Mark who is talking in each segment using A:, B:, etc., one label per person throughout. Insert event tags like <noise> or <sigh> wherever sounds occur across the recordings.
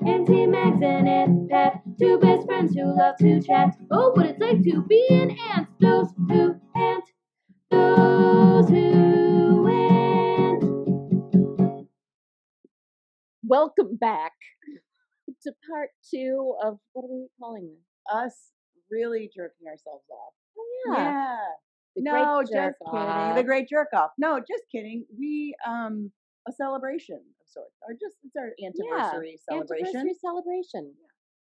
A: Lindsay, Mags, and Aunt Pat, two best friends who love to chat. Oh, what it's like to be an ant, those who ant, those who ant.
B: Welcome back to part two of what are we calling this?
C: Us really jerking ourselves off.
A: Oh,
B: Yeah. The Great
C: No, just
B: Jerk
C: kidding.
B: Off.
C: The Great Jerk Off. No, just kidding. We um a celebration of sorts, or just it's our anniversary celebration.
B: Anniversary celebration.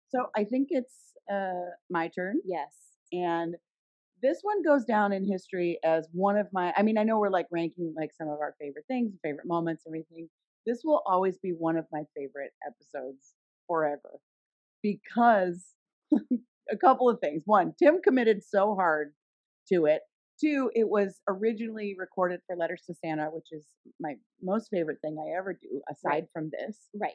C: So I think it's uh my turn,
B: Yes.
C: and this one goes down in history as one of my. I mean, I know we're like ranking like some of our favorite things, favorite moments, everything. This will always be one of my favorite episodes forever because <laughs> a couple of things. One, Tim committed so hard to it. Two, it was originally recorded for Letters to Santa, which is my most favorite thing I ever do aside
B: Right.
C: from this.
B: Right.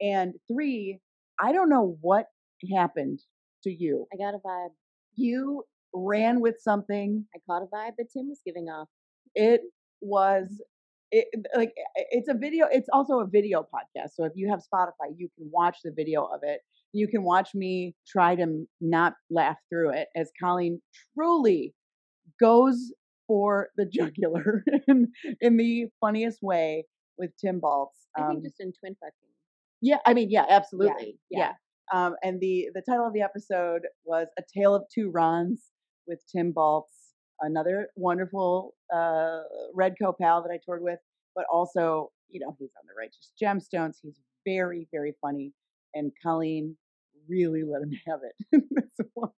C: And three, I don't know what happened to you.
B: I got a vibe.
C: You ran with something.
B: I caught a vibe that Tim was giving off.
C: It was it like i- it's a video it's also a video podcast so if you have spotify you can watch the video of it you can watch me try to m- not laugh through it as colleen truly goes for the <laughs> jugular in, in the funniest way with tim baltz
B: I
C: Um,
B: think just in twin fucking.
C: Yeah, I mean, yeah, absolutely. Yeah.
B: yeah.
C: Um, and the the title of the episode was "A Tale of Two Rons" with Tim Baltz, another wonderful uh, Red Co pal that I toured with, but also, you know, he's on the Righteous Gemstones. He's very, very funny, and Colleen really let him <laughs> have it. in this one.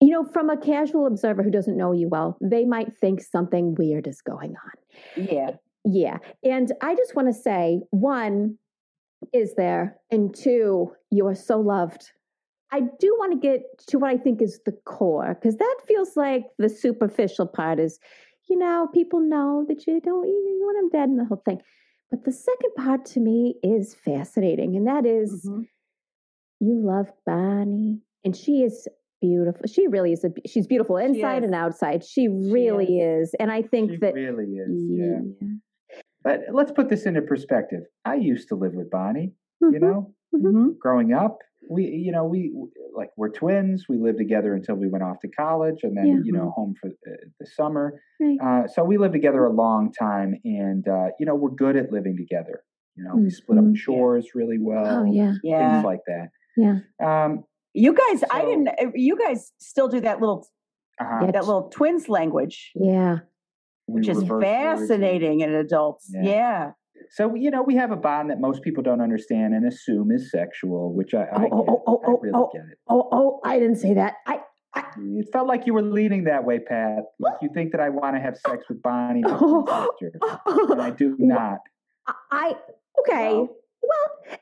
D: You know, from a casual observer who doesn't know you well, they might think something weird is going on.
C: Yeah,
D: Yeah. And I just want to say one is there, and two, you are so loved. I do want to get to what I think is the core, because that feels like the superficial part is, you know, people know that you don't, you want them dead and the whole thing. But the second part to me is fascinating, and that is
E: Mm-hmm.
D: you love Bonnie, and she is beautiful. She really is. A, she's beautiful inside
C: is.
D: and outside. She really is. and I think
E: She
D: that.
E: really is. Yeah.
D: Yeah.
E: But let's put this into perspective. I used to live with Bonnie,
D: Mm-hmm.
E: you know,
C: Mhm.
E: growing up. We, you know, we like we're twins. We lived together until we went off to college, and then
D: Yeah.
E: you know, home for uh, the summer.
D: Right.
E: Uh, so we lived together a long time, and uh, you know, we're good at living together. You know, we split up
D: Mhm.
E: chores really well.
D: Oh yeah.
C: yeah.
E: Things like that.
D: Yeah.
E: Um,
C: You guys, I
E: So-
C: didn't. uh, You guys still do that little
E: uh-huh,
D: Yeah,
C: that little twins language,
D: Yeah.
E: we
C: which is
E: reverse roles and-
C: fascinating in adults.
E: Yeah.
C: yeah.
E: So you know, we have a bond that most people don't understand and assume is sexual, which I, I,
D: Oh,
E: get.
D: oh, oh, oh,
E: I
D: oh,
E: really
D: oh.
E: get it.
D: Oh oh, I didn't say that. I
E: It felt like you were leaning that way, Pat. Like you think that I want to have sex with Bonnie, my twin
D: Oh. <laughs>
E: sister, and I
D: I,
E: do not.
D: I okay.
E: Well.
D: Well,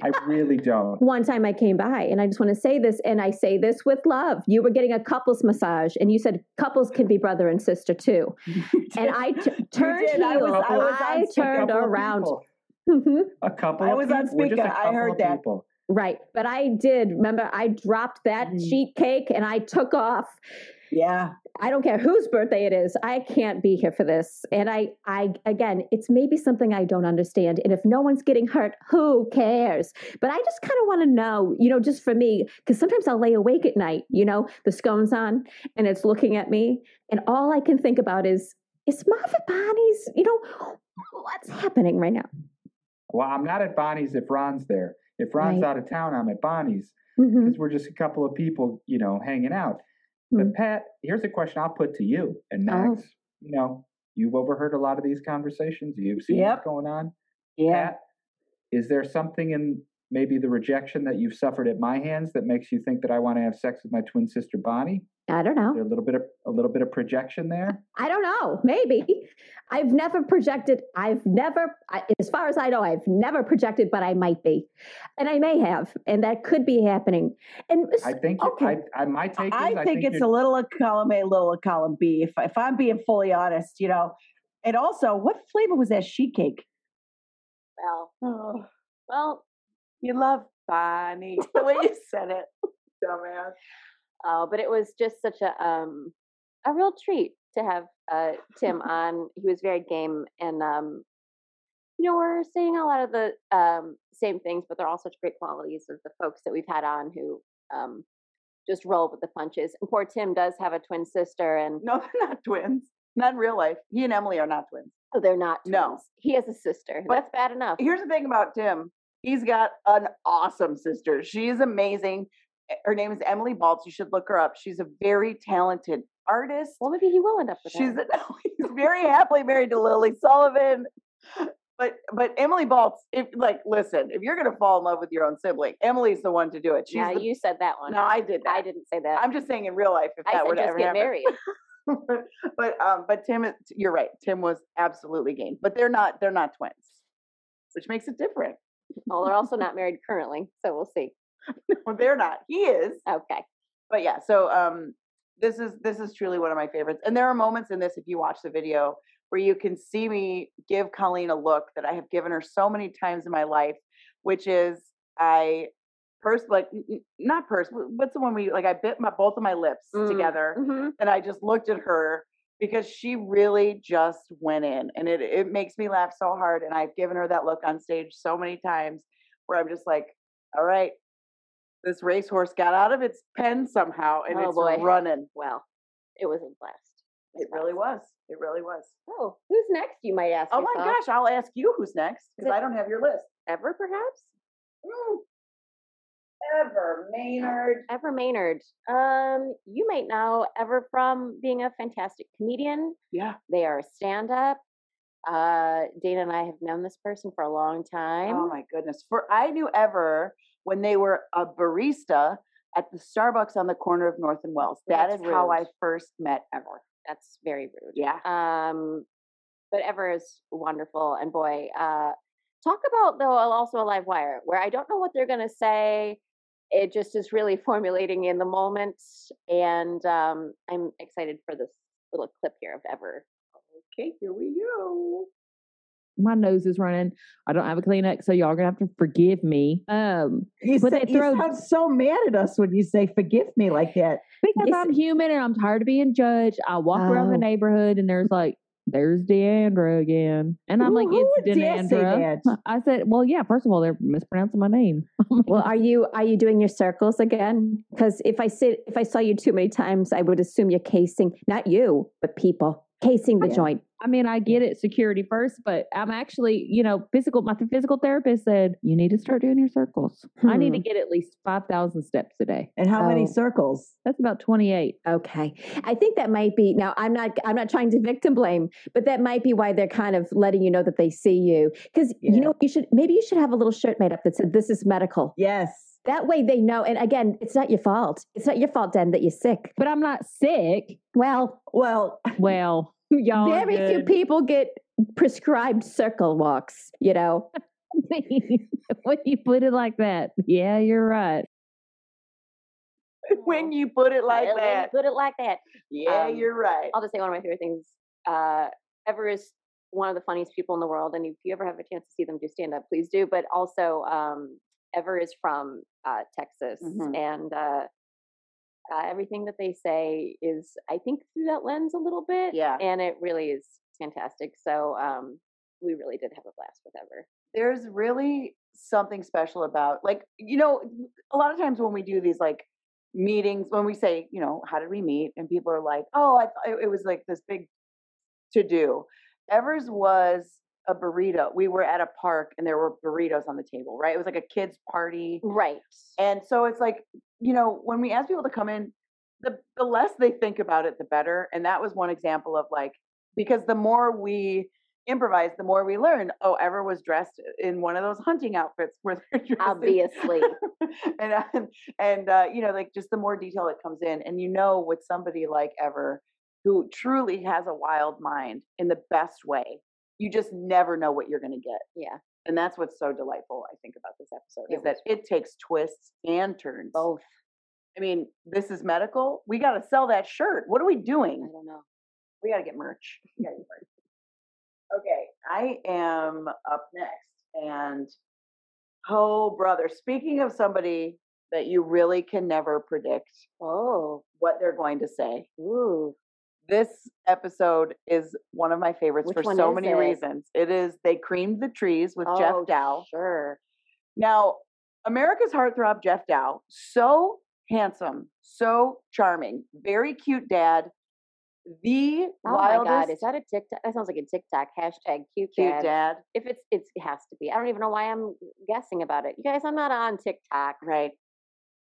E: I really
D: <laughs>
E: don't.
D: one time I came by and I just want to say this and I say this with love. You were getting a couples massage and you said couples can be brother and sister too. And I t- turned
C: did. I was-
D: heel.
C: I was on
D: I
C: speak-
E: A
D: turned
E: couple of
D: around.
E: people.
D: Mhm.
E: A couple.
C: I
E: of
C: was on
E: people. We're just a
C: speaker. I
E: couple
C: heard
E: of
C: that.
E: people.
D: Right. But I did. Remember, I dropped that
C: Mhm.
D: sheet cake and I took off.
C: Yeah.
D: I don't care whose birthday it is. I can't be here for this. And I, I again, it's maybe something I don't understand. And if no one's getting hurt, who cares? But I just kind of want to know, you know, just for me, because sometimes I'll lay awake at night, you know, the scones on, and it's looking at me, and all I can think about is, is Marvin Bonnie's, you know, what's happening right now?
E: Well, I'm not at Bonnie's if Ron's there. If Ron's
D: Right.
E: out of town, I'm at Bonnie's
D: Mhm.
E: because we're just a couple of people, you know, hanging out.
D: Hmm.
E: But Pat, here's a question I'll put to you and
D: Oh.
E: Max. You know, you've overheard a lot of these conversations. You've seen
C: Yep.
E: what's going on.
C: Yeah.
E: Pat, is there something in maybe the rejection that you've suffered at my hands that makes you think that I want to have sex with my twin sister Bonnie?
D: I don't know.
E: Is there a little bit of a little bit of projection there?
D: I don't know. Maybe I've never projected. I've never, I, as far as I know, I've never projected, but I might be, and I may have, and that could be happening. And s-
E: I think
D: Okay.
E: I, I my take
C: I
E: is I
C: think it's a
E: you're-
C: little of column A, little of column B. If if I'm being fully honest, you know. And also, what flavor was that sheet cake?
B: Well,
C: Oh,
B: well,
C: you love
B: <laughs>
C: Bonnie. the way you said it, dumbass.
B: Oh, but it was just such a um a
C: <laughs>
B: real treat to have uh Tim on. He was very game and um you know, we're seeing a lot of the um, same things, but they're all such great qualities of the folks that we've had on who um, just roll with the punches. And poor Tim does have a twin sister, and
C: No, they're not twins. Not in real life. He and Emily are not twins.
B: oh, they're not twins.
C: No.
B: He has a sister.
C: But-
B: That's bad enough.
C: Here's the thing about Tim. He's got an awesome sister. She's amazing. Eh, Her name is Emily Baltz. You should look her up. She's a very talented artist.
B: Well, maybe he will end up with
C: She's
B: her.
C: a, <laughs> he's very happily married to Lily Sullivan. But but Emily Baltz, if like listen, if you're gonna fall in love with your own sibling, Emily's the one to do it. She's
B: yeah,
C: the-
B: you said that one.
C: no, I did that.
B: I didn't say that.
C: I'm just saying in real life if
B: I
C: that
B: said
C: were to
B: just
C: ever
B: get
C: happen.
B: married.
C: but um but Tim is- you're right. Tim was absolutely game. But they're not they're not twins. Which makes it different.
B: well, they're also
C: <laughs>
B: not married currently, so we'll see.
C: Well, they're not. He is.
B: Okay.
C: But yeah, so um this is this is truly one of my favorites. And there are moments in this if you watch the video where you can see me give Colleen a look that I have given her so many times in my life, which is I purse like n- n- not purse wh- what's the one we like I bit my both of my lips
B: Mm.
C: together
B: hmm
C: and I just looked at her because she really just went in and it it makes me laugh so hard and I've given her that look on stage so many times where I'm just like all right this racehorse got out of its pen somehow and
B: Oh,
C: it's
B: boy.
C: running
B: Well, it was a blast.
C: it really was it really was
B: Oh, who's next? You might ask.
C: oh my
B: yourself.
C: gosh I'll ask you who's next
B: Is
C: because
B: it-
C: I don't have your list
B: Ever, perhaps? Uh,
C: Mm. ever Maynard
B: Ever Maynard. Um, you might know Ever from being a fantastic comedian.
C: yeah
B: They are a stand-up. Uh, Dana and I have known this person for a long time.
C: Oh my goodness. For I knew ever when they were a barista at the Starbucks on the corner of North and Wells. That is
B: That's
C: how I
B: rude.
C: first met ever.
B: That's very rude.
C: Yeah.
B: Um, but Ever is wonderful, and boy, uh, talk about though also a live wire where I don't know what they're gonna say. It just is really <laughs> formulating in the moment, and um, I'm excited for this little clip here of Ever.
C: Okay, here we go.
F: my nose is running. I don't have a Kleenex, so y'all are gonna have to forgive me. Um,
G: You,
F: But
G: sa-
F: they
G: you
F: throw-
G: sound so mad at us when you say "forgive me" like that.
F: because
D: Yes.
F: I'm human and I'm tired of being judged. I walk around the
D: Oh.
F: neighborhood and there's like, there's Deandra again, and I'm
G: Who-
F: like,
G: who
F: it's
G: would dare say
F: Deandra.
G: that?
F: <laughs> I said, well, yeah. First of all, they're mispronouncing my name. <laughs>
D: Well, are you are you doing your circles again? Because if I sit, if I saw you too many times, I would assume you're casing not you, but people casing the
G: Yeah.
D: joint.
F: I mean, I get it, security first, but I'm actually, you know, physical. My physical therapist said you need to start doing your circles. I need to
D: Hmm.
F: get at least five thousand steps a day. <laughs>
G: And how
D: Oh.
G: many circles?
F: That's about twenty eight.
D: Okay, I think that might be. Now, I'm not. I'm not trying to victim blame, but that might be why they're kind of letting you know that they see you. Because you
G: Yeah.
D: know, you should maybe you should have a little shirt made up that said "This is medical."
G: Yes.
D: That way, they know. And again, it's not your fault. It's not your fault, Den, that you're sick.
F: But I'm not sick.
D: Well,
G: Well, <laughs>
F: Well, Oh, <laughs> y'all. are
D: very few
F: good.
D: people get prescribed circle walks. You know.
F: <laughs> when you put it like that, yeah, you're right.
C: <laughs> When you put it like
B: Well, when you
C: that.
B: Put it like that.
C: Yeah,
B: um,
C: you're right.
B: I'll just say one of my favorite things uh, ever is one of the funniest people in the world. And if you ever have a chance to see them do stand up, please do. But also, um, Ever is from uh, Texas,
C: Mhm.
B: and uh, uh, everything that they say is, I think, through that lens a little bit.
C: Yeah.
B: and it really is fantastic. So um, we really did have a blast with Ever.
C: there's really something special about like you know a lot of times when we do these like meetings when we say you know how did we meet and people are like oh i thought it was like this big to do evers was a burrito we were at a park and there were burritos on the table right it was like a kids party
B: Right.
C: and so it's like, you know, when we ask people to come in, the the less they think about it, the better. And that was one example of like, because the more we improvise, the more we learn. Oh, Ever was dressed in one of those hunting outfits where <laughs> they're dressed. in-
B: Obviously.
C: <laughs> and and, and uh, you know, like just the more detail that comes in, and you know, with somebody like Ever, who truly has a wild mind in the best way, you just never know what you're going to get.
B: yeah.
C: And that's what's so delightful, I think, about this episode
B: It
C: is that it takes twists and turns.
B: Both.
C: I mean, this is medical. We got to sell that shirt. What are we
B: I
C: doing?
B: don't know.
C: We got to get merch. We gotta get merch. Okay, I am up next. And oh, brother, speaking of somebody that you really can never predict
B: Oh.
C: what they're going to say,
B: Ooh.
C: This episode is one of my favorites
B: Which
C: for
B: one
C: so
B: is
C: many
B: it?
C: reasons. It is They Creamed the Trees with
B: Oh,
C: Jeff Dow.
B: Sure.
C: Now, America's heartthrob Jeff Dow, so handsome, so charming, very cute dad, the
B: Oh my
C: wildest
B: God, is that a TikTok? That sounds like a TikTok hashtag cute,
C: cute
B: dad.
C: dad.
B: If it's, it's, it has to be. I don't even know why I'm guessing about it. You guys, I'm not on TikTok.
C: Right.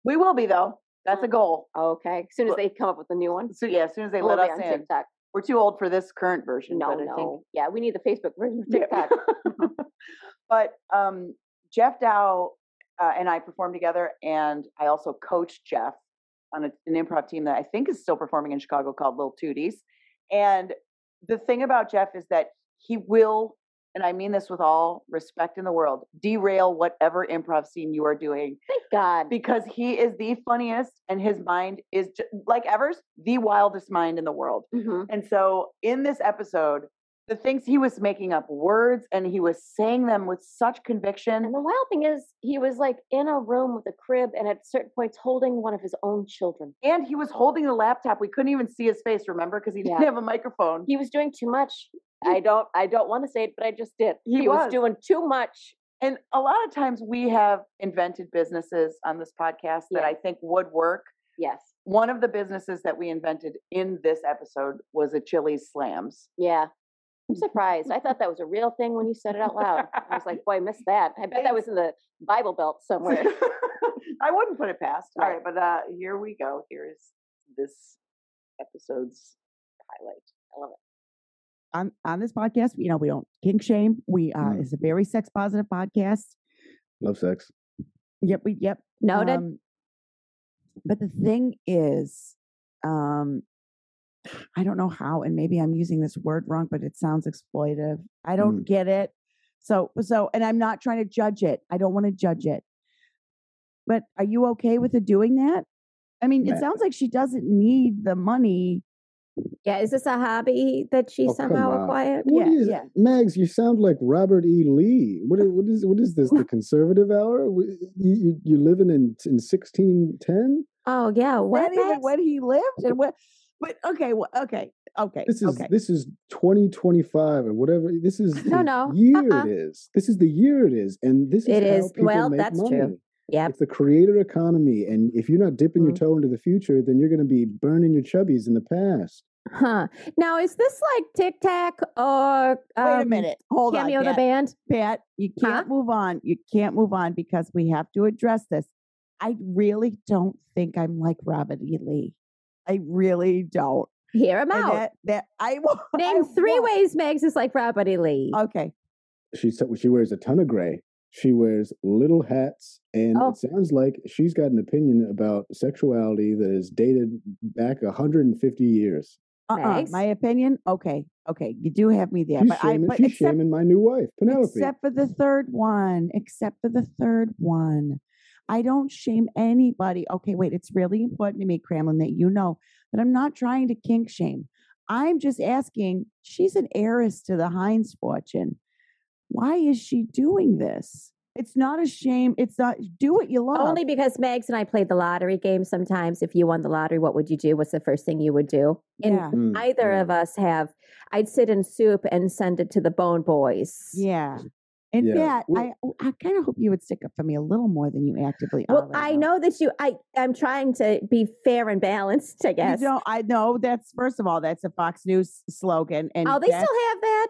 C: We will be though. That's a
B: Mm.
C: goal.
B: Okay. As soon as
C: Well-
B: they come up with a new one,
C: So yeah, as soon as they
B: we'll
C: let
B: be
C: us
B: on
C: in,
B: TikTok.
C: we're too old for this current version.
B: No,
C: but I think
B: no. Yeah, we need the Facebook version of
C: Yeah.
B: TikTok.
C: <laughs> but um, Jeff Dow uh, and I performed together, and I also coached Jeff on a, an improv team that I think is still performing in Chicago called Little Tooties. And the thing about Jeff is that he will, and I mean this with all respect in the world, derail whatever improv scene you are doing
B: Thank God.
C: because he is the funniest, and his mind is ju- like Evers, the wildest mind in the world.
B: Mhm.
C: And so in this episode, the things he was making up words and he was saying them with such conviction.
B: And the wild thing is, he was like in a room with a crib and at certain points holding one of his own children.
C: And he was holding the laptop. We couldn't even see his face, remember? Because he didn't
B: Yeah.
C: have a microphone.
B: He was doing too much. I don't I don't want to say it, but I just did.
C: He
B: was.
C: was.
B: doing too much.
C: And a lot of times we have invented businesses on this podcast that
B: Yeah.
C: I think would work.
B: Yes.
C: One of the businesses that we invented in this episode was a Chili's Slams.
B: Yeah. I'm surprised. I thought that was a real thing when you said it out loud. I was
C: <laughs>
B: like, boy, I missed that. I bet that was in the Bible Belt somewhere.
C: I wouldn't put it past. All
B: Right.
C: right, but uh, here we go. Here's this episode's highlight.
B: I love it.
H: on on this podcast, you know, we don't kink shame. We uh,
I: Mm.
H: it's a very sex positive podcast.
I: Love sex.
H: Yep, we yep.
D: Noted.
H: Um, but the thing is, um, I don't know how, and maybe I'm using this word wrong, but it sounds exploitive. I don't
I: Mm.
H: get it. So so, and I'm not trying to judge it. I don't want to judge it. But are you okay with it doing that? I mean,
I: Ma-
H: it sounds like she doesn't need the money.
D: yeah, is this a hobby that she
I: Oh, come
D: somehow
I: on.
H: Uh,
D: acquired?
I: What
H: Yeah,
I: is-
H: yeah.
I: Mags? You sound like Robert E. Lee. What is what is what is this? The
D: <laughs>
I: conservative hour? Wh- You you, you living in in sixteen ten?
D: Oh yeah,
H: What
D: what?
H: even
D: Max?
H: when he lived and what? But okay, well, okay, okay,
I: This is
H: okay.
I: this is twenty twenty five or whatever. This is
D: No,
I: the
D: no,
I: year
D: uh-uh.
I: it is. This is the year it is, and this is
D: It
I: how
D: is.
I: people
D: Well,
I: make
D: that's true.
I: money.
D: Yep.
I: It's the creator economy, and if you're not dipping your
D: Mhm.
I: toe into the future, then you're going to be burning your chubbies in the past.
D: Huh. Now is this like Tic Tac or um,
H: Wait a minute. Hold on.
D: Cameo the
H: Pat.
D: band?
H: Pat, you
D: Huh?
H: can't move on. You can't move on because we have to address this. I really don't think I'm like Robert E. Lee. I really don't.
D: Hear him
H: And
D: out.
H: that that I
G: <laughs>
H: will
D: Name three ways Megs is like Robert E. Lee.
H: Okay.
I: she so- she wears a ton of gray. She wears little hats, and
D: Oh.
I: it sounds like she's got an opinion about sexuality that is dated back 150 years.
H: Uh-uh.
D: Megs?
H: My opinion. Okay. Okay. You do have me there.
I: she's
H: but
I: shaming,
H: I but
I: she's
H: except
I: shaming my new wife, Penelope.
H: Except for the third one. Except for the third one. I don't shame anybody. Okay, wait, it's really important to me, Cramlin, that you know that I'm not trying to kink shame. I'm just asking, she's an heiress to the Heinz fortune. Why is she doing this? It's not a shame. It's not do what you love.
D: Only because Megs and I played the lottery game sometimes. If you won the lottery, what would you do? What's the first thing you would do? And
H: yeah.
I: Mm,
D: either
I: yeah.
D: of us have. I'd sit in soup and send it to the Bone Boys.
H: Yeah. In
I: Yeah.
H: fact,
I: Well-
H: I I kind of hope you would stick up for me a little more than you actively are.
D: Well,
H: right
D: I
H: now.
D: know that you. I I'm trying to be fair and balanced. I guess.
H: You don't, I know that's first of all, that's a Fox News slogan. And
D: Oh, they still
H: that's-
D: have that.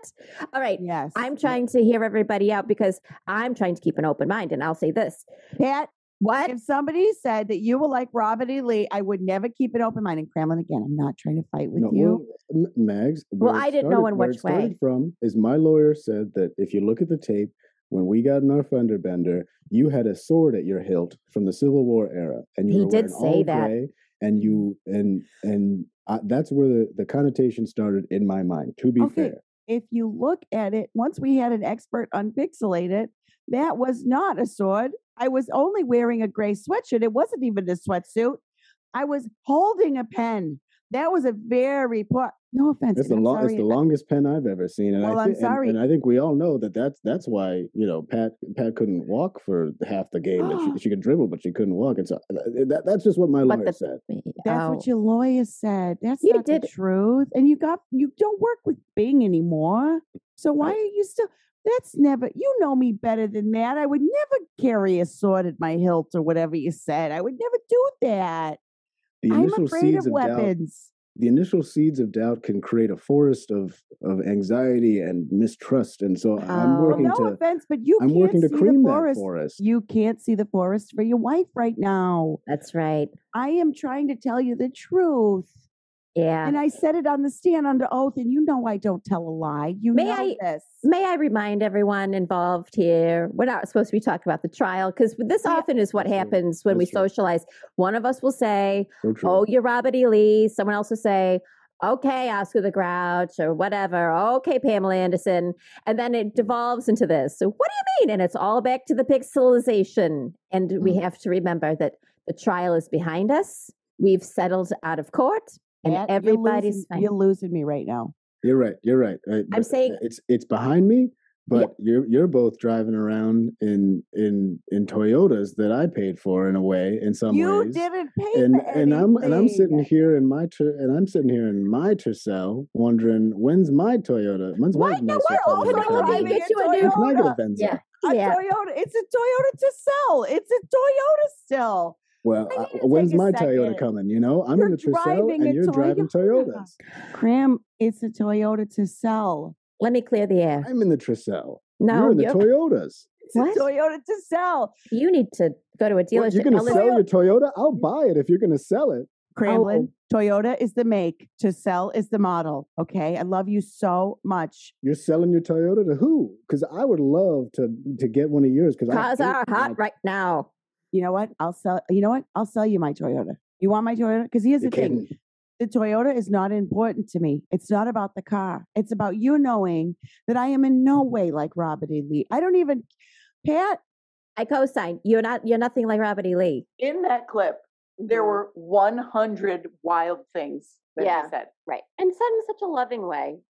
D: All right.
H: Yes.
D: I'm
H: Yep.
D: trying to hear everybody out because I'm trying to keep an open mind. And I'll say this:
H: Pat,
D: What?
H: if somebody said that you were like Robert E. Lee, I would never keep an open mind. And Kremlin, again, I'm not trying to fight with
I: No,
H: you.
I: well, M- Mags.
D: Well,
I: where it
D: I didn't know in
I: where
D: which
I: it started
D: way.
I: From is my lawyer said that if you look at the tape, when we got in our fender bender, you had a sword at your hilt from the Civil War era, and you
D: He
I: were
D: did
I: wearing
D: say
I: all
D: that.
I: gray, and you and and I, that's where the the connotation started in my mind. To be
H: Okay.
I: fair,
H: If you look at it, once we had an expert unpixelate it, that was not a sword. I was only wearing a gray sweatshirt. It wasn't even a sweatsuit. I was holding a pen. That was a very poor. No offense.
I: It's the
H: and I'm
I: long, it's
H: sorry-
I: the longest pen I've ever seen, and
H: Well,
I: I
H: I'm
I: thi- and-
H: sorry.
I: And, I think we all know that that's that's why you know Pat Pat couldn't walk for half the game. that
H: <gasps>
I: she, she could dribble, but she couldn't walk, and so uh, that, that's just what my
F: But
I: lawyer
F: the-
I: said.
H: That's
F: Oh.
H: what your lawyer said. That's
D: You
H: not
D: did
H: the
D: it.
H: truth. And you got you don't work with Bing anymore. So why are you still? That's never. You know me better than that. I would never carry a sword at my hilt or whatever you said. I would never do that.
I: The
H: I'm
I: initial
H: afraid
I: seeds
H: of
I: of doubt.
H: weapons.
I: The initial seeds of doubt can create a forest of of anxiety and mistrust, and so I'm
F: Oh.
H: Well,
I: working
H: no
I: to
H: offense, but you
I: I'm
H: can't
I: working to
H: see the
I: cream that
H: forest.
I: forest.
H: You can't see the forest for your wife right now.
D: That's right.
H: I am trying to tell you the truth.
D: Yeah.
H: And I said it on the stand under oath, and you know I don't tell a lie. You
D: May
H: know
D: I-
H: this.
D: May I remind everyone involved here, we're not supposed to be talking about the trial because this
H: Yeah.
D: often is what
I: That's true.
D: happens when we
I: That's true.
D: socialize. One of us will say,
I: So true.
D: Oh, you're Robert E. Lee. Someone else will say, Okay, Oscar the Grouch or whatever. Okay, Pamela Anderson. And then
H: Mm.
D: it devolves into this. So, what do you mean? And it's all back to the pixelization. And
H: Mm.
D: we have to remember that the trial is behind us. We've settled out of court and
H: Matt, you're
D: everybody's
H: losing-
D: fine.
H: You're losing me right now.
I: You're right. You're right. I, but
D: saying-
I: it's it's behind me, but you're you're both driving around in in in Toyotas that I paid for in a way in some
H: you
I: ways.
H: didn't pay
I: And
H: for
I: and I'm and I'm sitting
H: anything.
I: here in my ter- and I'm sitting here in my Tercel wondering when's my Toyota when's
D: Why?
I: my
D: No,
I: nicer
D: why
I: Toyota
D: also
I: coming?
D: let me
H: driving
D: get
H: a
D: you a new.
I: When can I get a
H: Toyota.
I: Venza?
D: Yeah.
H: A
D: Yeah.
H: Toyota. It's a Toyota to sell. It's a Toyota still.
I: Well,
H: I
I: I-
H: need to take
I: when's
H: a
I: my
H: second.
I: Toyota coming? You know, I'm in
H: You're
I: the Tercel
H: driving a
I: and you're driving
H: Toyota.
I: Toyotas.
H: Cram, it's a Toyota to sell.
D: Let me clear the air.
I: I'm in the Tercel.
D: No,
I: you're in the
D: you're-
I: Toyotas.
H: It's
D: What?
H: a Toyota to sell.
D: You need to go to a
I: What,
D: dealership.
I: you're going to
D: Ellis-
I: sell your Toyota? I'll buy it if you're going to sell it.
D: Oh,
H: Cramlin, Toyota is the make, to sell is the model. Okay. I love you so much.
I: You're selling your Toyota to who? Because I would love to to get one of yours. Because
D: cars are hot right now.
H: You know what? I'll sell. You know what? I'll sell you my Toyota. You want my Toyota? Because here's
I: You're
H: the thing
I: kidding.
H: the Toyota is not important to me. It's not about the car. It's about you knowing that I am in no
D: Mm.
H: way like Robert E. Lee. I don't even, Pat,
D: I co-sign. You're not. You're nothing like Robert E. Lee.
C: In that clip, there
B: Mhm.
C: were 100 wild things that
B: Yeah.
C: he said.
B: Right. And said in such a loving way.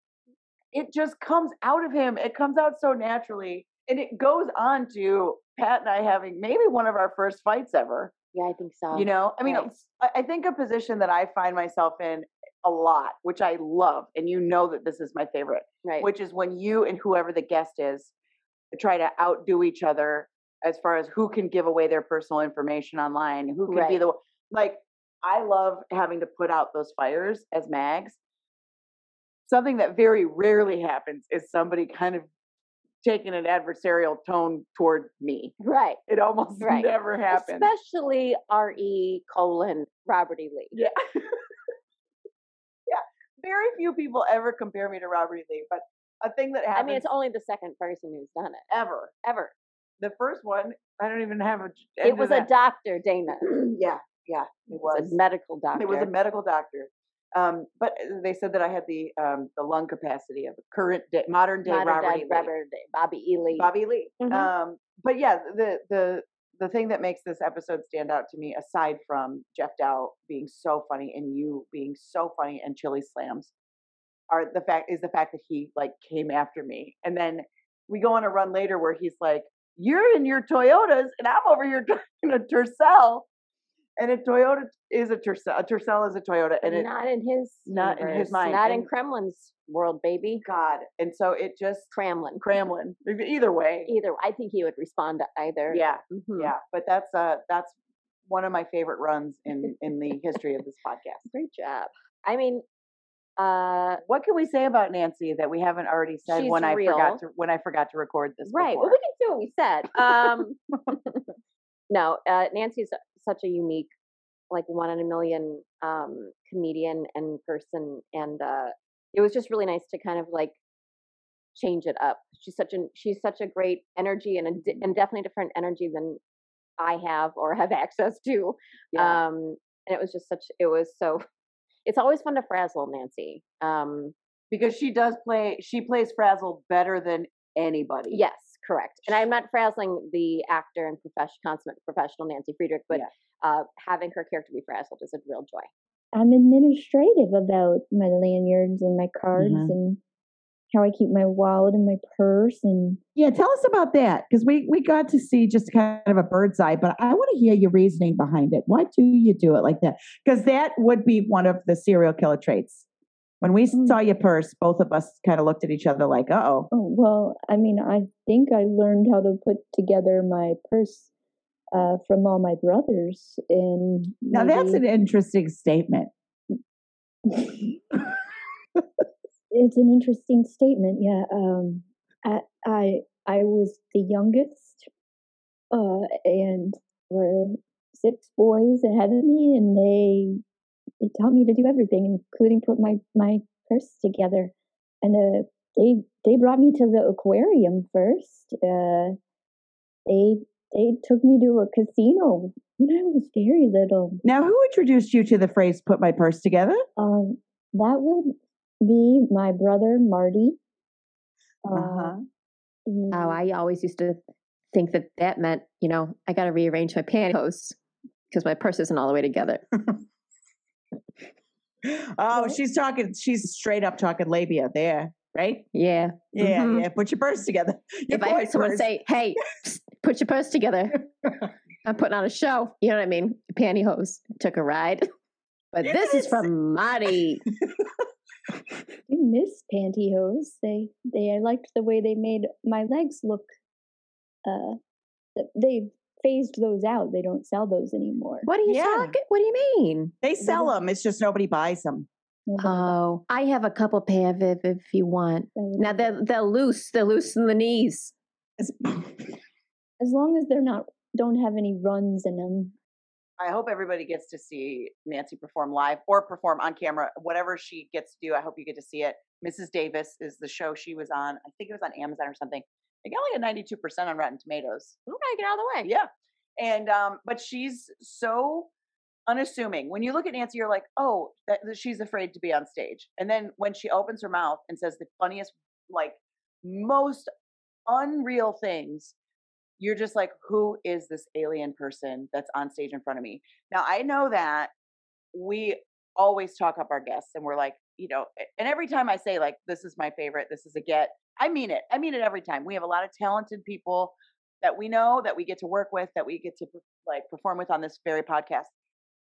C: It just comes out of him. It comes out so naturally. And it goes on to Pat and I having maybe one of our first fights ever.
B: Yeah, I think so.
C: you know i mean
B: right.
C: it's- I- i think a position that i find myself in a lot which i love and you know that this is my favorite
B: right.
C: which is when you and whoever the guest is try to outdo each other as far as who can give away their personal information online who can be
B: Right.
C: the like i love having to put out those fires as mags something that very rarely happens is somebody kind of taking an adversarial tone toward me
B: right.
C: it almost <laughs>
B: Right.
C: never happens
B: Especially R.E. colon Robert E. Lee.
C: Yeah. <laughs> yeah. Very few people ever compare me to Robert E. Lee, but a thing that
B: I
C: happens
B: mean, it's only the second person who's done it
C: ever.
B: ever.
C: The first one, I don't even have a.
B: It was a doctor, Dana. It
C: a <clears throat> yeah, yeah, it
B: was
C: was.
B: a medical doctor.
C: It was a medical doctor. Um, but they said that I had the um, the lung capacity of a current day, modern day
B: modern
C: Robert
B: day
C: E. Lee.
B: Robert E. Bobby E. Lee.
C: Bobby Lee.
B: Mhm.
C: Um, but yeah, the the the thing that makes this episode stand out to me, aside from Jeff Dow being so funny and you being so funny and Chili Slams, are the fact is the fact that he like came after me, and then we go on a run later where he's like, "You're in your Toyotas, and I'm over here <laughs> driving a Tercel." And a Toyota is a Tercel. A Tercel is a Toyota,
B: But
C: and it,
B: not in his
C: not in his
B: universe,
C: mind,
B: Not in
C: and-
B: Kremlin's world, baby.
C: God, and so it just
B: Kremlin.
C: Kremlin. Either way,
B: Either I think he would respond to either.
C: yeah,
B: Mhm.
C: yeah but that's uh that's one of my favorite runs in in the history of this podcast
B: Great job. I mean, uh,
C: what can we say about nancy that we haven't already said
B: She's
C: when i
B: real.
C: forgot to when i forgot to record this
B: right. Well,
C: before?
B: we can do what we
D: <laughs>
B: said. Um, no, uh, Nancy's such a unique, like one in a million um, comedian and person, and uh, it was just really nice to kind of like change it up. She's such an she's such a great energy and a,
C: Mm-hmm.
B: di- and definitely different energy than I have or have <laughs> access to.
C: yeah.
B: Um, and it was just such it was so. <laughs> It's always fun to frazzle Nancy. Um,
C: because she does play she plays frazzle better than anybody
B: Yes, correct. And I'm not frazzling the actor and profession, consummate professional Nancy Friedrich, but
C: Yeah.
B: uh, having her character be frazzled is a real joy.
J: I'm administrative about my lanyards and my cards
H: Mhm.
J: and how I keep my wallet and my purse and
H: Yeah, tell us about that because we we got to see just kind of a bird's eye, but I want to hear your reasoning behind it. Why do you do it like that? Because that would be one of the serial killer traits. When we saw
B: Mm.
H: your purse, both of us kind of looked at each other like, "Uh oh."
J: Oh, well, I mean, I think I learned how to put together my purse uh, from all my brothers. And
H: Now that's an
J: maybe-
H: interesting statement.
J: it's an interesting statement. Yeah, um, I, I I was the youngest, uh, and were six boys ahead of me, and they they taught me to do everything, including put my my purse together. And uh, they they brought me to the aquarium first. Uh, they they took me to a casino when I was very little.
H: Now, who introduced you to the phrase "put my purse together"?
J: Um, that would be my brother Marty. Uh,
B: Uh-huh.
J: he-
B: Mm-hmm.
D: Oh, Um, I always used to think that that meant, you know, I got to rearrange my pantyhose because my purse isn't all the way together.
H: Oh, she's talking. She's straight up talking labia there, right?
D: Yeah.
H: Yeah,
D: Mhm.
H: yeah. Put your purse together. <laughs> Your
D: If I heard
H: boy's
D: someone
H: purse.
D: say, hey, psst, put your purse <laughs> together, I'm putting on a show. You know what I mean? Pantyhose took a ride. <laughs> But this is from Marty.
J: I miss pantyhose. They they I liked the way they made my legs look. Uh, th- they phased those out. They don't sell those anymore.
D: What are you
H: Yeah.
D: talking? What do you mean?
H: they sell them. It's just nobody buys them.
B: Uh-huh.
D: Oh, I have a couple pair of if, if you want. Now they're they're loose. They're loose in the knees.
J: As long as they're not don't have any runs in them.
C: I hope everybody gets to see Nancy perform live or perform on camera, whatever she gets to do. I hope you get to see it. Mrs. Davis is the show she was on. I think it was on Amazon or something. It got like a 92% on Rotten Tomatoes.
B: Ooh, gotta get out of the way.
C: Yeah. And um, but she's so unassuming. When you look at Nancy, you're like, oh, that, that she's afraid to be on stage. And then when she opens her mouth and says the funniest, like most unreal things, you're just like, who is this alien person that's on stage in front of me? Now I know that we always talk up our guests and we're like, you know, and every time I say like this is my favorite, this is a get, I mean it. I mean it every time. We have a lot of talented people that we know that we get to work with, that we get to like perform with on this very podcast.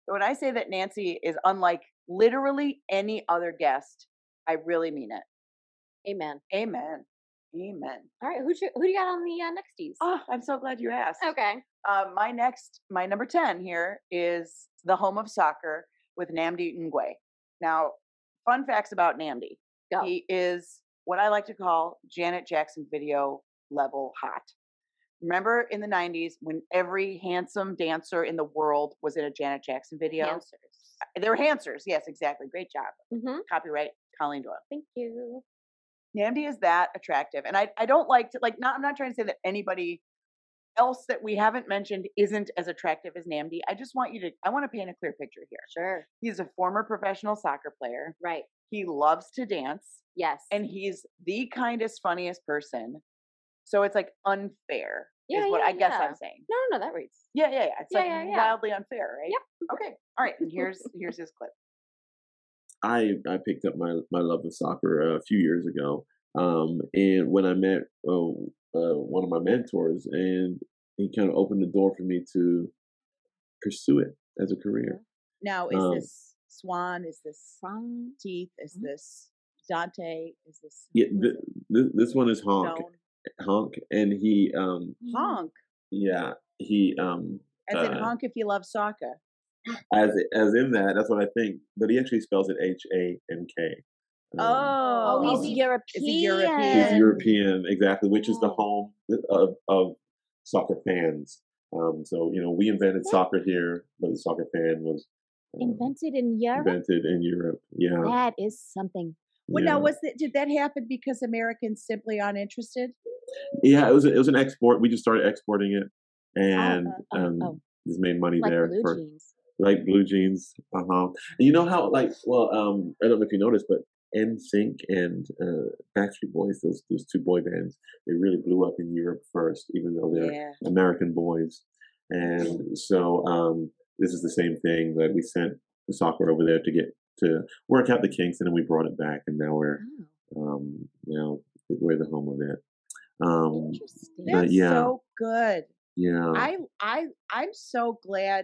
C: But when I say that Nancy is unlike literally any other guest, I really mean it.
B: <laughs> Amen.
C: Amen. Amen.
B: All right, who should, who do you got on the uh, nexties?
C: Oh, I'm so glad you asked.
B: Okay.
C: Uh, my next, my number 10 here is the home of soccer with Namdi Ngwe. Now, fun facts about Namdi.
B: Go.
C: He is what I like to call Janet Jackson video level hot. Remember in the 90s when every handsome dancer in the world was in a Janet Jackson video? Uh,
B: Answers.
C: They were Hansers. Yes, exactly. Great job.
B: Mm-hmm.
C: Copyright Colleen Doyle.
B: Thank you.
C: Namdi is that attractive. And I, I don't like to like not I'm not trying to say that anybody else that we haven't mentioned isn't as attractive as Namdi. I just want you to I want to paint a clear picture here.
B: Sure.
C: He's a former professional soccer player.
B: Right.
C: He loves to dance
B: Yes.
C: and he's the kindest, funniest person. So it's like unfair
B: Yeah,
C: is what
B: yeah,
C: I guess I'm
B: yeah.
C: saying.
B: no, no, no, that reads.
C: Yeah, yeah, yeah. It's
B: Yeah,
C: like
B: yeah, yeah.
C: wildly unfair, right? Yep. Okay. All right. And here's here's his clip.
K: I I picked up my my love of soccer a few years ago, um, and when I met uh, uh, one of my mentors, and he kind of opened the door for me to pursue it as a career.
C: Now is
K: Um,
C: this Swan? Is this Teeth? Is
B: Mm-hmm.
C: this Dante? Is this
K: Yeah, th- th- this one is honk,
C: Joan?
K: honk, and he, um,
B: Mm-hmm.
C: Honk.
K: yeah, he, um,
C: As in
K: uh,
C: honk if you love soccer.
K: as as in that. That's what I think, but he actually spells it H A N K. Um,
C: Oh,
K: he's
C: he's-
B: European.
C: is he European?
K: He's European, exactly, which is the home of, of soccer fans. Um, so you know, we invented soccer here, but the soccer fan was um,
L: Invented in Europe?
K: invented in Europe. Yeah.
L: That is something.
C: Well,
K: yeah.
C: now was that did that happen because Americans simply aren't interested?
K: Yeah, it was a, it was an export. We just started exporting it, and
L: oh,
K: um,
L: oh.
K: just made money
L: Like
K: there
L: blue
K: for
L: jeans.
K: like blue jeans. Uh huh. You know how like well, um, I don't know if you noticed, but NSYNC and uh, Backstreet Boys, those those two boy bands, they really blew up in Europe first, even though they're
C: Yeah.
K: American boys. And so um, this is the same thing that we sent the soccer over there to get to work out the kinks, and then we brought it back, and now we're
C: Oh.
K: um, now we're the home of it. Um, but
C: That's
K: yeah,
C: so good.
K: yeah,
C: I I I'm so glad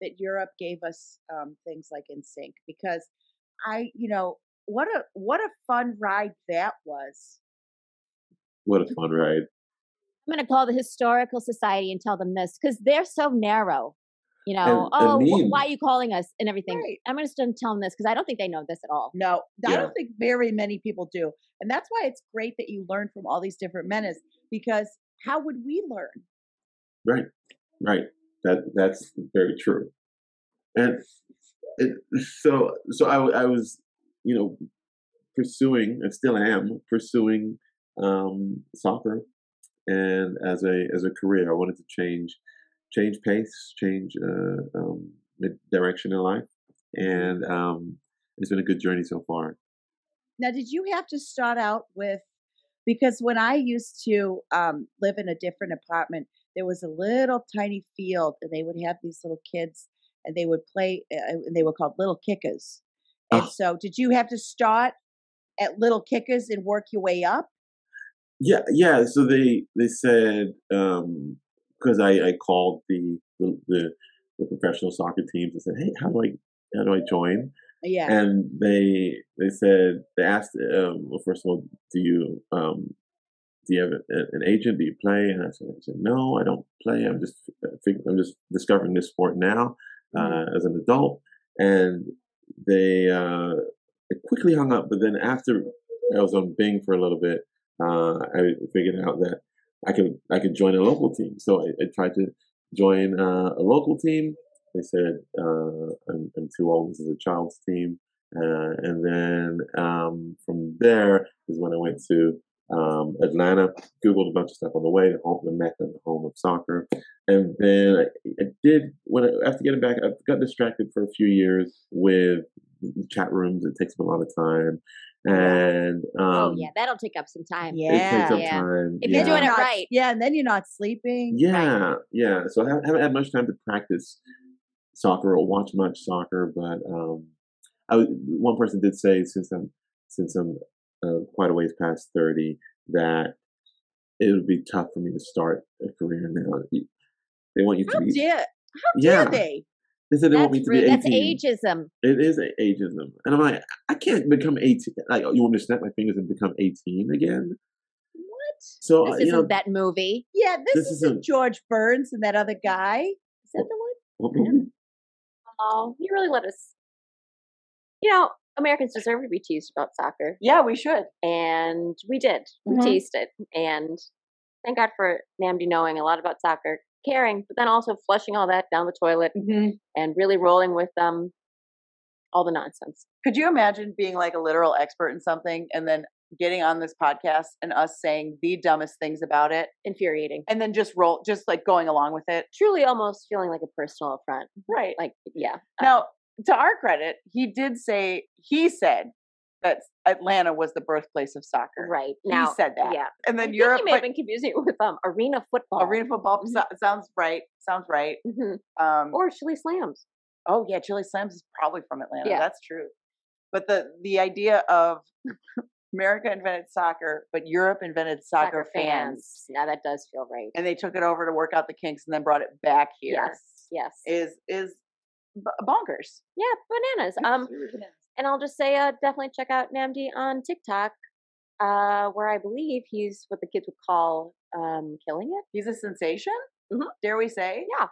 C: that Europe gave us um, things like In Sync because I you know what a what a fun ride that was.
K: what a fun ride.
L: I'm going to call the historical society and tell them this because they're so narrow. You know,
K: And-
L: oh,
K: and
L: wh-
K: mean.
L: why are you calling us and everything? I'm going to just tell them this because I don't think they know this at all.
C: No, I
L: Yeah.
C: don't think very many people do, and that's why it's great that you learn from all these different menace because how would we learn?
K: Right, right. That that's very true. And it, so, so I, w- I was, you know, pursuing and still am pursuing um, soccer, and as a as a career, I wanted to change, change pace, change uh, um, mid- direction in life, and um, it's been a good journey so far.
C: Now, did you have to start out with? Because when I used to um, live in a different apartment, there was a little tiny field, and they would have these little kids, and they would play, uh, and they were called little kickers.
K: Oh.
C: And so, did you have to start at little kickers and work your way up?
K: Yeah, yeah. So they they said um because I I called the the, the the professional soccer teams and said, hey, how do I how do I join?
C: Yeah.
K: And they they said they asked um, well first of all do you um do you have a, a- an agent? Do you play? And I said, I said no, I don't play. I'm just uh, fig- I'm just discovering this sport now uh, as an adult. And they uh, I quickly hung up, but then after I was on Bing for a little bit, uh, I figured out that I could I could join a local team. So I, I tried to join uh, a local team. They said uh, I'm, I'm too old. This is a child's team. Uh, and then um, from there is when I went to um, Atlanta. Googled a bunch of stuff on the way. The home, the Mecca, the home of soccer. And then I, I did when I, after getting back, I got distracted for a few years with chat rooms. It takes up a lot of time. And um,
L: oh, yeah, that'll take up some time.
K: It takes up time,
L: If you're doing it
K: yeah.
L: right.
C: Yeah, and then you're not sleeping.
K: Yeah, yeah. So I haven't, haven't had much time to practice soccer or watch much soccer, but um, I was, one person did say since I'm since I'm uh, quite a ways past thirty that it would be tough for me to start a career now. You- They want you to
C: How
K: be.
C: dare how
K: Yeah.
C: dare they?
K: They said they want me to be
L: rude. That's
K: eighteen.
L: ageism.
K: It is a- ageism, and I'm like, I can't become eighteen. Like, you want me to snap my fingers and become eighteen again?
C: What?
K: So uh, you know,
L: that movie.
C: Yeah, this,
K: This
C: isn't,
K: isn't-
C: George Burns and that other guy. Is that the one?
K: what movie?
B: Oh, you really let us. You know, Americans deserve to be teased about soccer.
C: Yeah, we should. Mm-hmm.
B: And we did. We
L: Mhm.
B: teased it. And thank God for Namdi knowing a lot about soccer, caring, but then also flushing all that down the toilet
C: Mm-hmm.
B: and really rolling with um, all the nonsense.
C: Could you imagine being like a literal expert in something and then getting on this podcast and us saying the dumbest things about it?
B: Infuriating.
C: And then just roll, just like going along with it.
B: Truly almost feeling like a personal affront.
C: Right.
B: Like, yeah.
C: Now, to our credit, he did say, he said that Atlanta was the birthplace of soccer.
B: Right.
C: He
B: Now-
C: said that.
B: yeah.
C: And
B: I
C: then
B: think
C: Europe.
B: he may have been confusing it with um, arena football. Mm-hmm.
C: Arena football so- sounds right. Sounds right. Um,
B: or Chili Slams.
C: Oh yeah, Chili Slams is probably from Atlanta.
B: Yeah.
C: That's true. But the the idea of <laughs> America invented soccer, but Europe invented soccer, fans.
B: Now that does feel right.
C: and they took it over to work out the kinks, and then brought it back here.
B: Yes. Yes.
C: Is is b- bonkers.
B: Yeah, bananas. Um, and I'll just say, uh, definitely check out Namdi on TikTok, uh, where I believe he's what the kids would call um, killing it.
C: He's a sensation. Dare we say?
B: Mm-hmm. Yeah.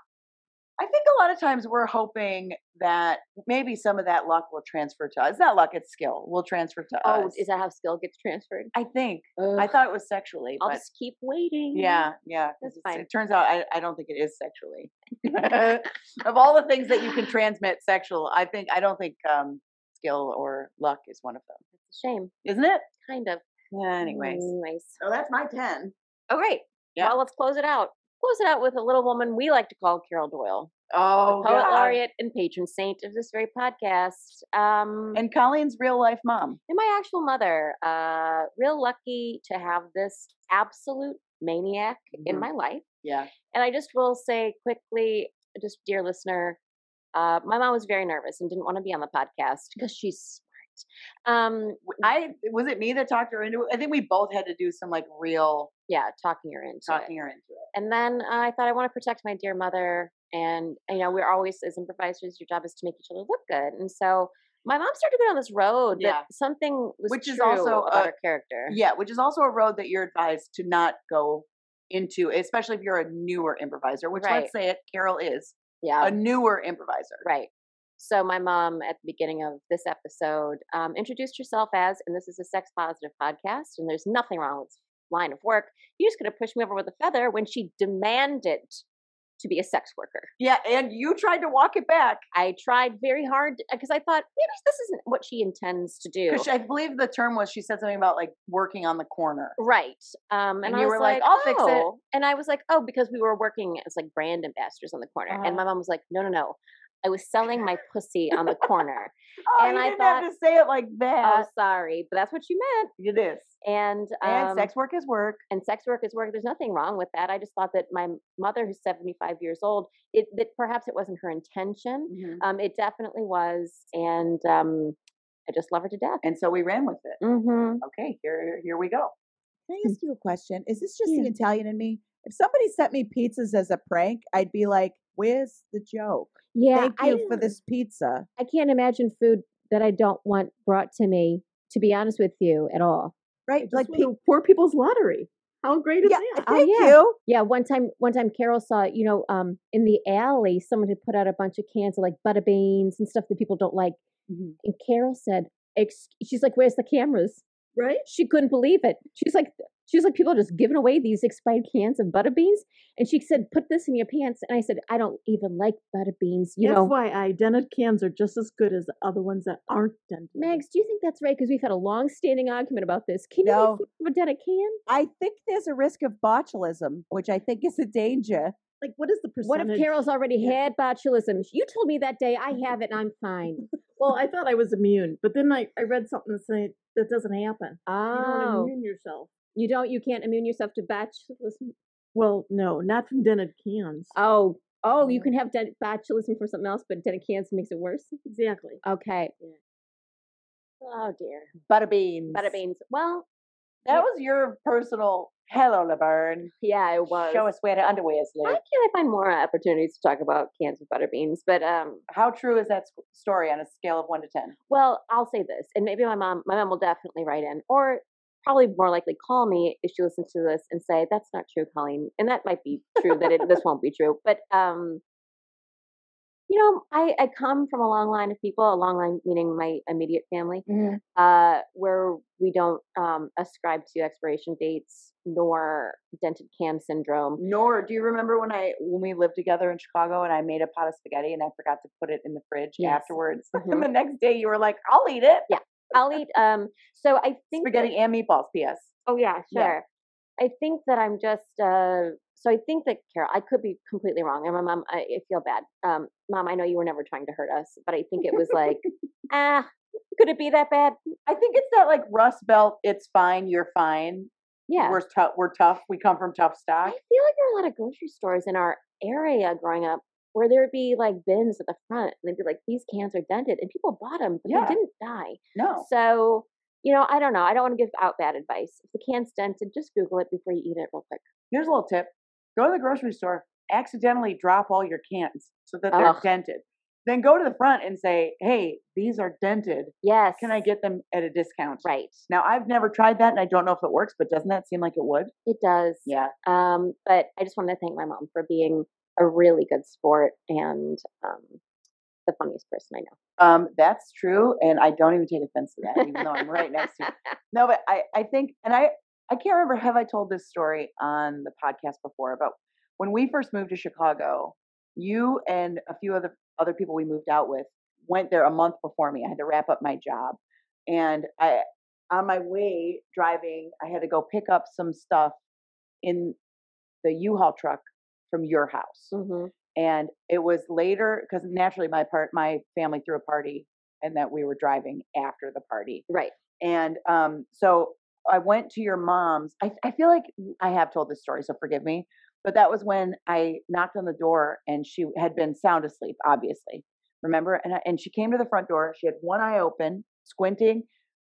C: I think a lot of times we're hoping that maybe some of that luck will transfer to us. It's not luck; it's skill. Will transfer to
B: Oh,
C: us.
B: is that how skill gets transferred?
C: I think. I thought it was sexually.
B: I'll
C: but
B: just keep waiting. <laughs>
C: Yeah, yeah. 'cause
B: That's
C: it's-
B: fine.
C: It turns out I, I don't think it is sexually. <laughs> of all the things that you can transmit sexual, I think I don't think um, skill or luck is one of them.
B: It's a shame,
C: isn't it?
B: Kind of. Mm.
C: Anyways,
B: Anyways.
C: so that's my ten.
B: All right.
C: Yeah.
B: Well, let's close it out. Close it out with a little woman we like to call Carol Doyle.
C: Oh,
B: the poet
C: God.
B: laureate and patron saint of this very podcast. Um,
C: and Colleen's real life mom.
B: and my actual mother. Uh, real lucky to have this absolute maniac in
C: Mhm.
B: my life.
C: Yeah.
B: And I just will say quickly, just dear listener, Uh, my mom was very nervous and didn't want to be on the podcast because she's Um,
C: I was it me that talked her into it. I think we both had to do some like real
B: yeah talking her into
C: talking
B: it.
C: her into it.
B: And then uh, I thought I want to protect my dear mother, and you know we're always as improvisers, your job is to make each other look good, and so. My mom started going on this road that
C: Yeah.
B: something was
C: Which is
B: true
C: also
B: about
C: a-
B: her character.
C: Yeah, which is also a road that you're advised to not go into, especially if you're a newer improviser. Which
B: Right.
C: let's say it, Carol is
B: yeah.
C: a newer improviser.
B: Right. So my mom, at the beginning of this episode, um, introduced herself as, and this is a sex positive podcast, and there's nothing wrong with line of work. You just going to push me over with a feather when she demanded to be a sex worker.
C: Yeah, and you tried to walk it back
B: I tried very hard because I thought maybe this isn't what she intends to do.
C: because I believe the term was she said something about like working on the corner.
B: Right. Um, and,
C: And
B: I
C: you
B: was
C: were
B: like,
C: like,
B: I'll fix it.
C: "Oh."
B: And I was like, oh, because we were working as like brand ambassadors on the corner.
C: Uh-huh.
B: And my mom was like, no, no, no. I was selling my pussy on the corner.
C: <laughs> Oh,
B: And
C: you
B: I
C: didn't
B: thought-
C: have to say it like
B: Oh,
C: that.
B: sorry, but that's what you meant.
C: it is.
B: And
C: And
B: um,
C: sex work is work.
B: and sex work is work. There's nothing wrong with that. I just thought that my m- mother, who's 75 years old, it that perhaps it wasn't her intention.
C: Mhm.
B: Um, it definitely was, and um, I just love her to death.
C: And so we ran with it.
B: Mm-hmm.
C: Okay, here here we go.
G: Can
M: Hmm.
G: I ask you a question? Is this just the Italian in me? If somebody sent me pizzas as a prank, I'd be like, "Where's the joke?
D: Yeah,
G: Thank
D: I-
G: you for this pizza."
D: I can't imagine food that I don't want brought to me, to be honest with you, at all.
G: Right? Like, pe-
M: poor people's lottery. How great is
G: yeah,
M: that?
G: thank
D: yeah.
G: you.
D: Yeah, one time, one time Carol saw, you know, um, in the alley, someone had put out a bunch of cans of like butter beans and stuff that people don't like.
G: Mm-hmm.
D: And Carol said, Ex- she's like, where's the cameras?
M: Right?
D: She couldn't believe it. She's like, she's like, people are just giving away these expired cans of butter beans. And she said, put this in your pants. And I said, I don't even like butter beans, you know.
M: FYI, dented cans are just as good as the other ones that aren't dented.
D: Mags, do you think that's right? Because we've had a long-standing argument about this. Can
G: No.
D: you have a dented can?
G: I think there's a risk of botulism, which I think is a danger.
M: Like, what is the
D: What
M: percentage?
D: if Carol's already
M: Yeah.
D: had botulism? You told me that day I have it and I'm fine.
M: <laughs> Well, I thought I was immune, but then I, I read something that said that doesn't happen. You don't
D: Oh,
M: immune yourself.
D: you don't. You can't immune yourself to botulism.
M: Well, no, not from Um dented cans.
D: Oh, oh, you can have dent- botulism from something else, but dented cans makes it worse.
M: Exactly.
D: Okay.
B: Oh dear,
C: Butter beans.
B: butter beans. Well,
C: That was your personal hello, Laverne.
B: yeah, it was.
C: Show us where the underwear is
B: Why
C: live.
B: can't I find more uh, opportunities to talk about cans of butter beans? But um,
C: How true is that s- story on a scale of one to ten?
B: Well, I'll say this, and maybe my mom, my mom will definitely write in, or probably more likely call me if she listens to this and say that's not true, Colleen, and that might be true that it, this won't be true, but um, you know, I, I come from a long line of people, a long line meaning my immediate family, uh, where we don't um, ascribe to expiration dates nor dented can syndrome.
C: Nor do you remember when I when we lived together in Chicago and I made a pot of spaghetti and I forgot to put it in the fridge
B: Yes.
C: afterwards. <laughs>
B: Mhm.
M: Mm-hmm.
C: and the next day you were like, "I'll eat it."
B: I'll eat. Um, so I think that-
C: Spaghetti and meatballs. P.S.
B: Oh yeah,
C: Yeah.
B: sure. I think that I'm just uh so I think that Carol, I could be completely wrong. And my mom, I, I feel bad. Um, mom, I know you were never trying to hurt us, but I think it was like, ah, could it be that bad?
C: I think it's that like Rust Belt. It's fine. You're fine.
B: Yeah.
C: We're tough. We're tough. We come from tough
B: I
C: stock.
B: feel like there were a lot of grocery stores in our area growing up where there'd be like bins at the front and they'd be like, these cans are dented, and people bought them, but
C: Yeah.
B: they didn't die.
C: No.
B: So. You know, I don't know. I don't want to give out bad advice. If the can's dented, just Google it before you eat it, real quick.
C: Here's a little tip: go to the grocery store, accidentally drop all your cans so that they're
B: Ugh.
C: dented. Then go to the front and say, "Hey, these are dented.
B: Yes.
C: Can I get them at a discount?"
B: Right.
C: Now I've never tried that, and I don't know if it works, but doesn't that seem like it would?
B: It does.
C: Yeah.
B: Um, but I just want to thank my mom for being a really good sport and um, the funniest person I know.
C: Um, that's true, and I don't even take offense to that, even though I'm right next
B: <laughs>
C: to. you. No, but I, I think, and I, I can't remember. Have I told this story on the podcast before? But when we first moved to Chicago, you and a few other other people we moved out with went there a month before me. I had to wrap up my job, and I, on my way driving, I had to go pick up some stuff in the U-Haul truck from your house
B: hmm
C: and it was later because naturally my part my family threw a party and that we were driving after the party
B: Right.
C: and um so i went to your mom's I, I feel like i have told this story so forgive me but that was when i knocked on the door and she had been sound asleep obviously Remember? And I, and she came to the front door. She had one eye open, squinting.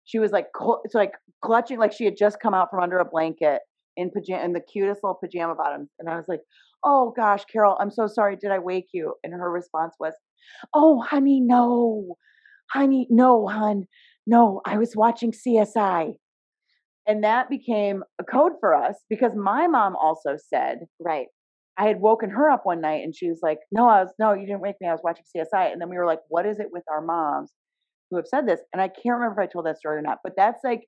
C: She was like cl- it's like clutching like she had just come out from under a blanket in pajama in the cutest little pajama bottoms. And I was like, "Oh gosh, Carol, I'm so sorry. Did I wake you?" And her response was, "Oh, honey, no, Oh, honey, no, hon, no. I was watching CSI." And that became a code for us because my mom also said,
B: right.
C: I had woken her up one night and she was like, No, I was, no, you didn't wake me. I was watching CSI. And then we were like, What is it with our moms who have said this? And I can't remember if I told that story or not, but that's like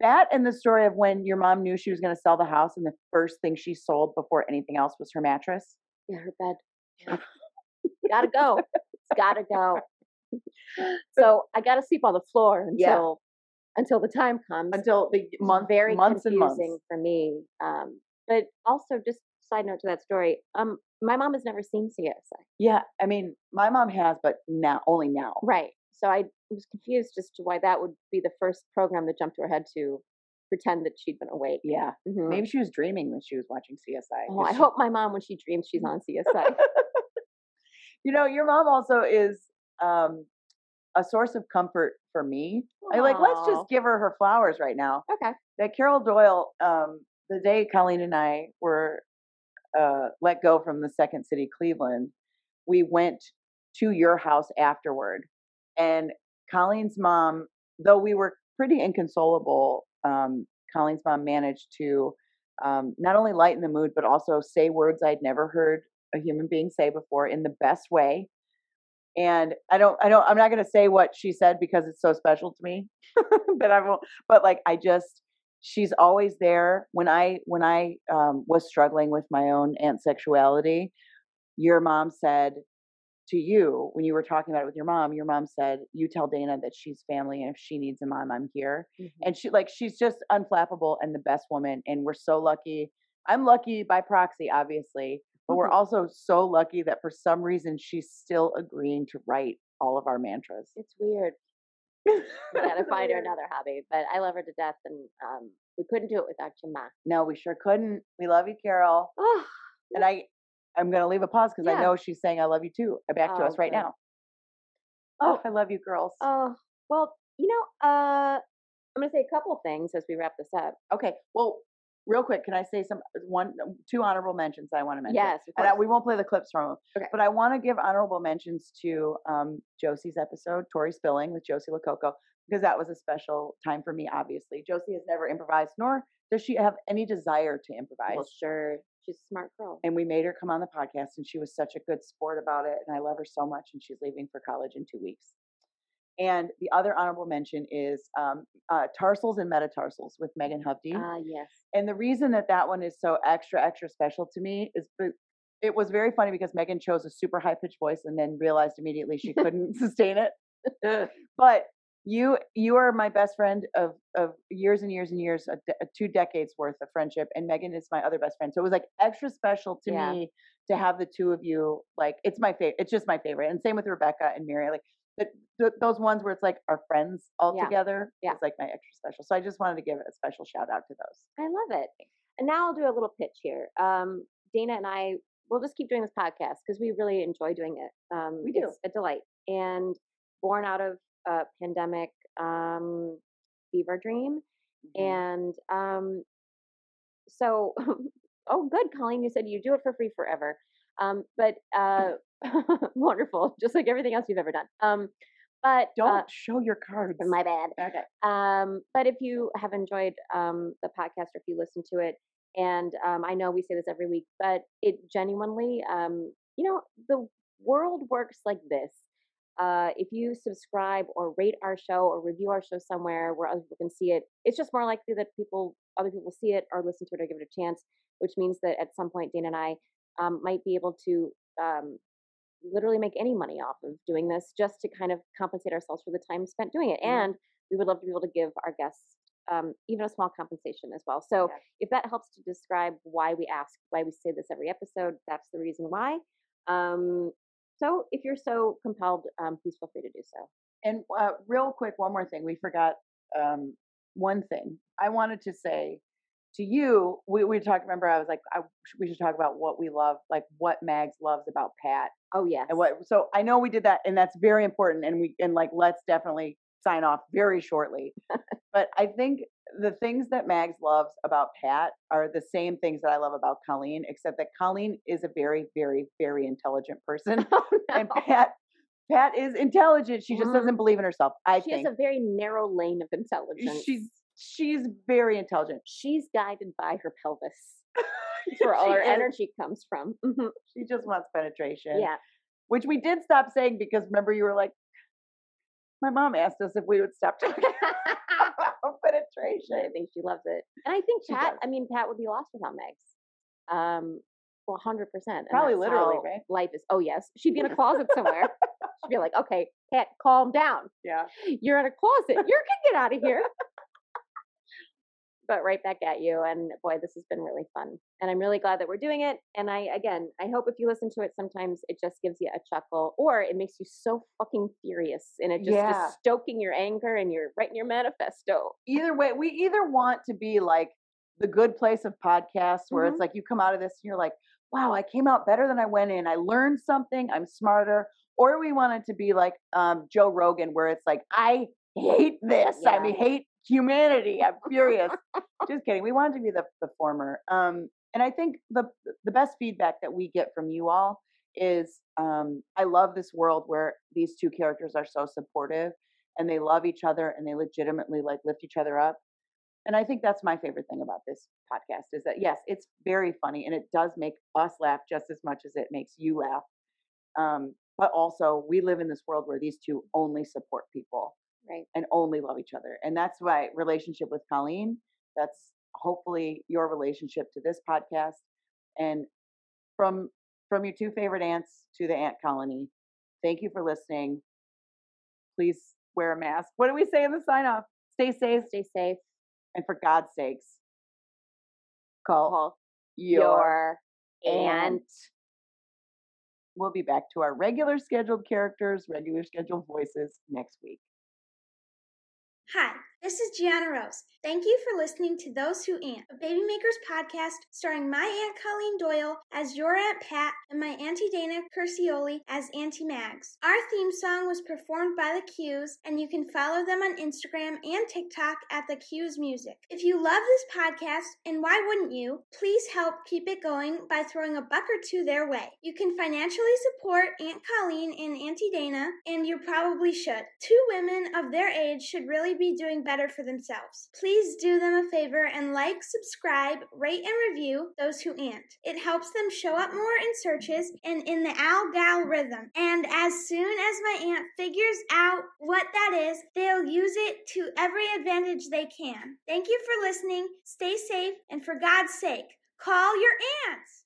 C: that and the story of when your mom knew she was going to sell the house and the first thing she sold before anything else was her mattress.
B: Yeah, her bed. gotta go. It's gotta go. So I gotta sleep on the floor until
C: Yeah.
B: until the time comes.
C: Until the month,
B: very
C: months and months.
B: confusing for me. Um, but also, just side note to that story. Um, my mom has never seen CSI.
C: Yeah. I mean, my mom has, but now, only now.
B: Right. So I was confused as to why that would be the first program that jumped to her head to pretend that she'd been awake.
C: Yeah.
B: Mhm.
C: Maybe she was dreaming when she was watching CSI.
B: Oh,
C: 'cause
B: I
C: she-
B: hope my mom, when she dreams, she's on CSI.
C: You know, your mom also is um, a source of comfort for me. I like, let's
B: Aw.
C: just give her her flowers right now.
B: okay.
C: that Carol Doyle, um, the day Colleen and I were uh, let go from the Second City Cleveland, we went to your house afterward. And Colleen's mom, though we were pretty inconsolable, um, Colleen's mom managed to um, not only lighten the mood, but also say words I'd never heard a human being say before in the best way. And I don't, I don't, I'm not going to say what she said because it's so special to me <laughs> that I won't, but like, I just, she's always there when i when i um, was struggling with my own ant sexuality your mom said to you when you were talking about it with your mom your mom said you tell dana that she's family and if she needs a mom i'm here
B: Mm-hmm.
C: and she like she's just unflappable and the best woman and we're so lucky i'm lucky by proxy obviously but we're
B: Mhm.
C: also so lucky that for some reason she's still agreeing to write all of our mantras
B: It's weird.
C: <laughs>
B: We gotta find her another hobby, but I love her to death, and um, we couldn't do it without your ma.
C: No, we sure couldn't. We love you, Carol.
B: Oh,
C: and I, I'm gonna leave a pause because I
B: Yeah.
C: know she's saying I love you too. uh, Back to
B: Oh,
C: us right
B: good.
C: now. Oh, I love you, girls.
B: Oh, well, you know, uh, I'm gonna say a couple things as we wrap this up.
C: Okay. Well, real quick, can I say some uh, one, um, two honorable mentions I want to mention?
B: Yes, of
C: and I,
B: course.
C: we won't play the clips from them.
B: Okay.
C: But I want to give honorable mentions to um, Josie's episode, Tori Spilling with Josie Lococo, because that was a special time for me. Obviously, Josie has never improvised, nor does she have any desire to improvise.
B: Well, sure, she's a smart girl.
C: and we made her come on the podcast and she was such a good sport about it and i love her so much and she's leaving for college in two weeks and the other honorable mention is um, uh, tarsals and metatarsals with megan hufdy
B: Ah, yes.
C: and the reason that that one is so extra extra special to me is be- it was very funny because megan chose a super high pitched voice and then realized
B: <laughs>
C: immediately she couldn't <laughs> sustain it but you you are my best friend of of years and years and years a de- two decades worth of friendship and megan is my other best friend so it was like extra special to
B: Yeah.
C: me to have the two of you like it's my favorite it's just my favorite and same with rebecca and mary like the, th those ones where it's like our friends all
B: Yeah.
C: together
B: Yeah.
C: is like my extra special so i just wanted to give a special shout out to those
B: I love it. And now I'll do a little pitch here. Um, Dana and I will just keep doing this podcast because we really enjoy doing it. Um,
C: We do.
B: It's a delight. And born out of a pandemic um, fever dream.
C: Mm-hmm.
B: And um, so, <laughs> oh, good, Colleen, you said you do it for free forever. Um,
C: <laughs>
B: but uh, <laughs> wonderful, just like everything else you've ever done. Um, but
C: don't
B: uh,
C: show your cards
B: my bad.
C: okay
B: Um, but if you have enjoyed um, the podcast or if you listen to it, and um, I know we say this every week, but it genuinely, um, you know, the world works like this. Uh, if you subscribe or rate our show or review our show somewhere where other people can see it, it's just more likely that people, other people see it or listen to it or give it a chance, which means that at some point, Dana and I um, might be able to um, literally make any money off of doing this just to kind of compensate ourselves for the time spent doing it.
C: Mhm.
B: And we would love to be able to give our guests um, even a small compensation as well. So
C: Yeah.
B: if that helps to describe why we ask, why we say this every episode, that's the reason why. Um, so if you're so compelled, um, please feel free to do so.
C: And uh, real quick, one more thing. We forgot um, one thing. I wanted to say to you, we, we talked. Remember, I was like, I, we should talk about what we love, like what Mags loves about Pat.
B: Oh yes.
C: And what? So I know we did that, and that's very important. And we and like let's definitely sign off very
B: <laughs>
C: shortly. but I think the things that Mags loves about Pat are the same things that I love about Colleen, except that Colleen is a very, very, very intelligent
B: <laughs>
C: person,
B: Oh,
C: and Pat. Pat is intelligent. She just
B: Mhm.
C: doesn't believe in herself. I
B: she
C: think
B: has a very narrow lane of intelligence.
C: she's she's very intelligent.
B: She's guided <laughs>
C: <laughs>
B: by her pelvis. That's where all
C: She
B: her
C: is.
B: energy comes from. Mhm.
C: She just wants penetration.
B: Yeah.
C: Which we did stop saying because remember you were like, my mom asked us if we would stop talking <laughs> about
B: I
C: penetration.
B: think she loves it. And I think
C: She
B: Pat,
C: does.
B: I mean, Pat would be lost without Megs. Um, well, 100%. and
C: Probably
B: that's
C: literally,
B: how
C: right?
B: Life is, oh, yes. She'd be in a closet somewhere. She'd be like, okay, Pat, calm down.
C: <laughs> Yeah.
B: <laughs> You're in a closet. You can get out of
C: <laughs>
B: here. but right back at you. And boy, this has been really fun. And I'm really glad that we're doing it. And I, again, I hope if you listen to it, sometimes it just gives you a chuckle or it makes you so fucking furious and it just
C: Yeah.
B: is stoking your anger and you're writing your manifesto.
C: Either way, we either want to be like the good place of podcasts where it's
B: Mhm.
C: like you come out of this and you're like, wow, I came out better than I went in. I learned something. I'm smarter. Or we want it to be like um, Joe Rogan where it's like, I hate this. I
B: Yeah.
C: mean, hate humanity. I'm furious. just kidding. We wanted to be the, the former. Um, and I think the the best feedback that we get from you all is um, I love this world where these two characters are so supportive and they love each other and they legitimately like lift each other up. And I think that's my favorite thing about this podcast is that yes, it's very funny and it does make us laugh just as much as it makes you laugh. Um, but also, we live in this world where these two only support people
B: Right.
C: and only love each other. And that's my relationship with Colleen. That's hopefully your relationship to this podcast. And from from your two favorite ants to the ant colony, thank you for listening. Please wear a mask. What do we say in the sign off? Stay safe.
B: Stay safe.
C: And for God's sakes, call,
B: Call
C: your,
B: your
C: ant.
B: ant.
C: We'll be back to our regular scheduled characters, regular scheduled voices next week.
N: Hi, this is Gianna Rose. Thank you for listening to Those Who Aunt, a Baby Makers podcast starring my Aunt Colleen Doyle as your Aunt Pat and my Auntie Dana Curcioli as Auntie Mags. Our theme song was performed by The Q's, and you can follow them on Instagram and TikTok at The Q's Music. If you love this podcast, and why wouldn't you, please help keep it going by throwing a buck or two their way. You can financially support Aunt Colleen and Auntie Dana, and you probably should. Two women of their age should really be doing better for themselves. Please do them a favor and like, subscribe, rate, and review those who ant. It helps them show up more in searches and in the Al Gal rhythm. And as soon as my aunt figures out what that is, they'll use it to every advantage they can. Thank you for listening. Stay safe, and for God's sake, call your ants.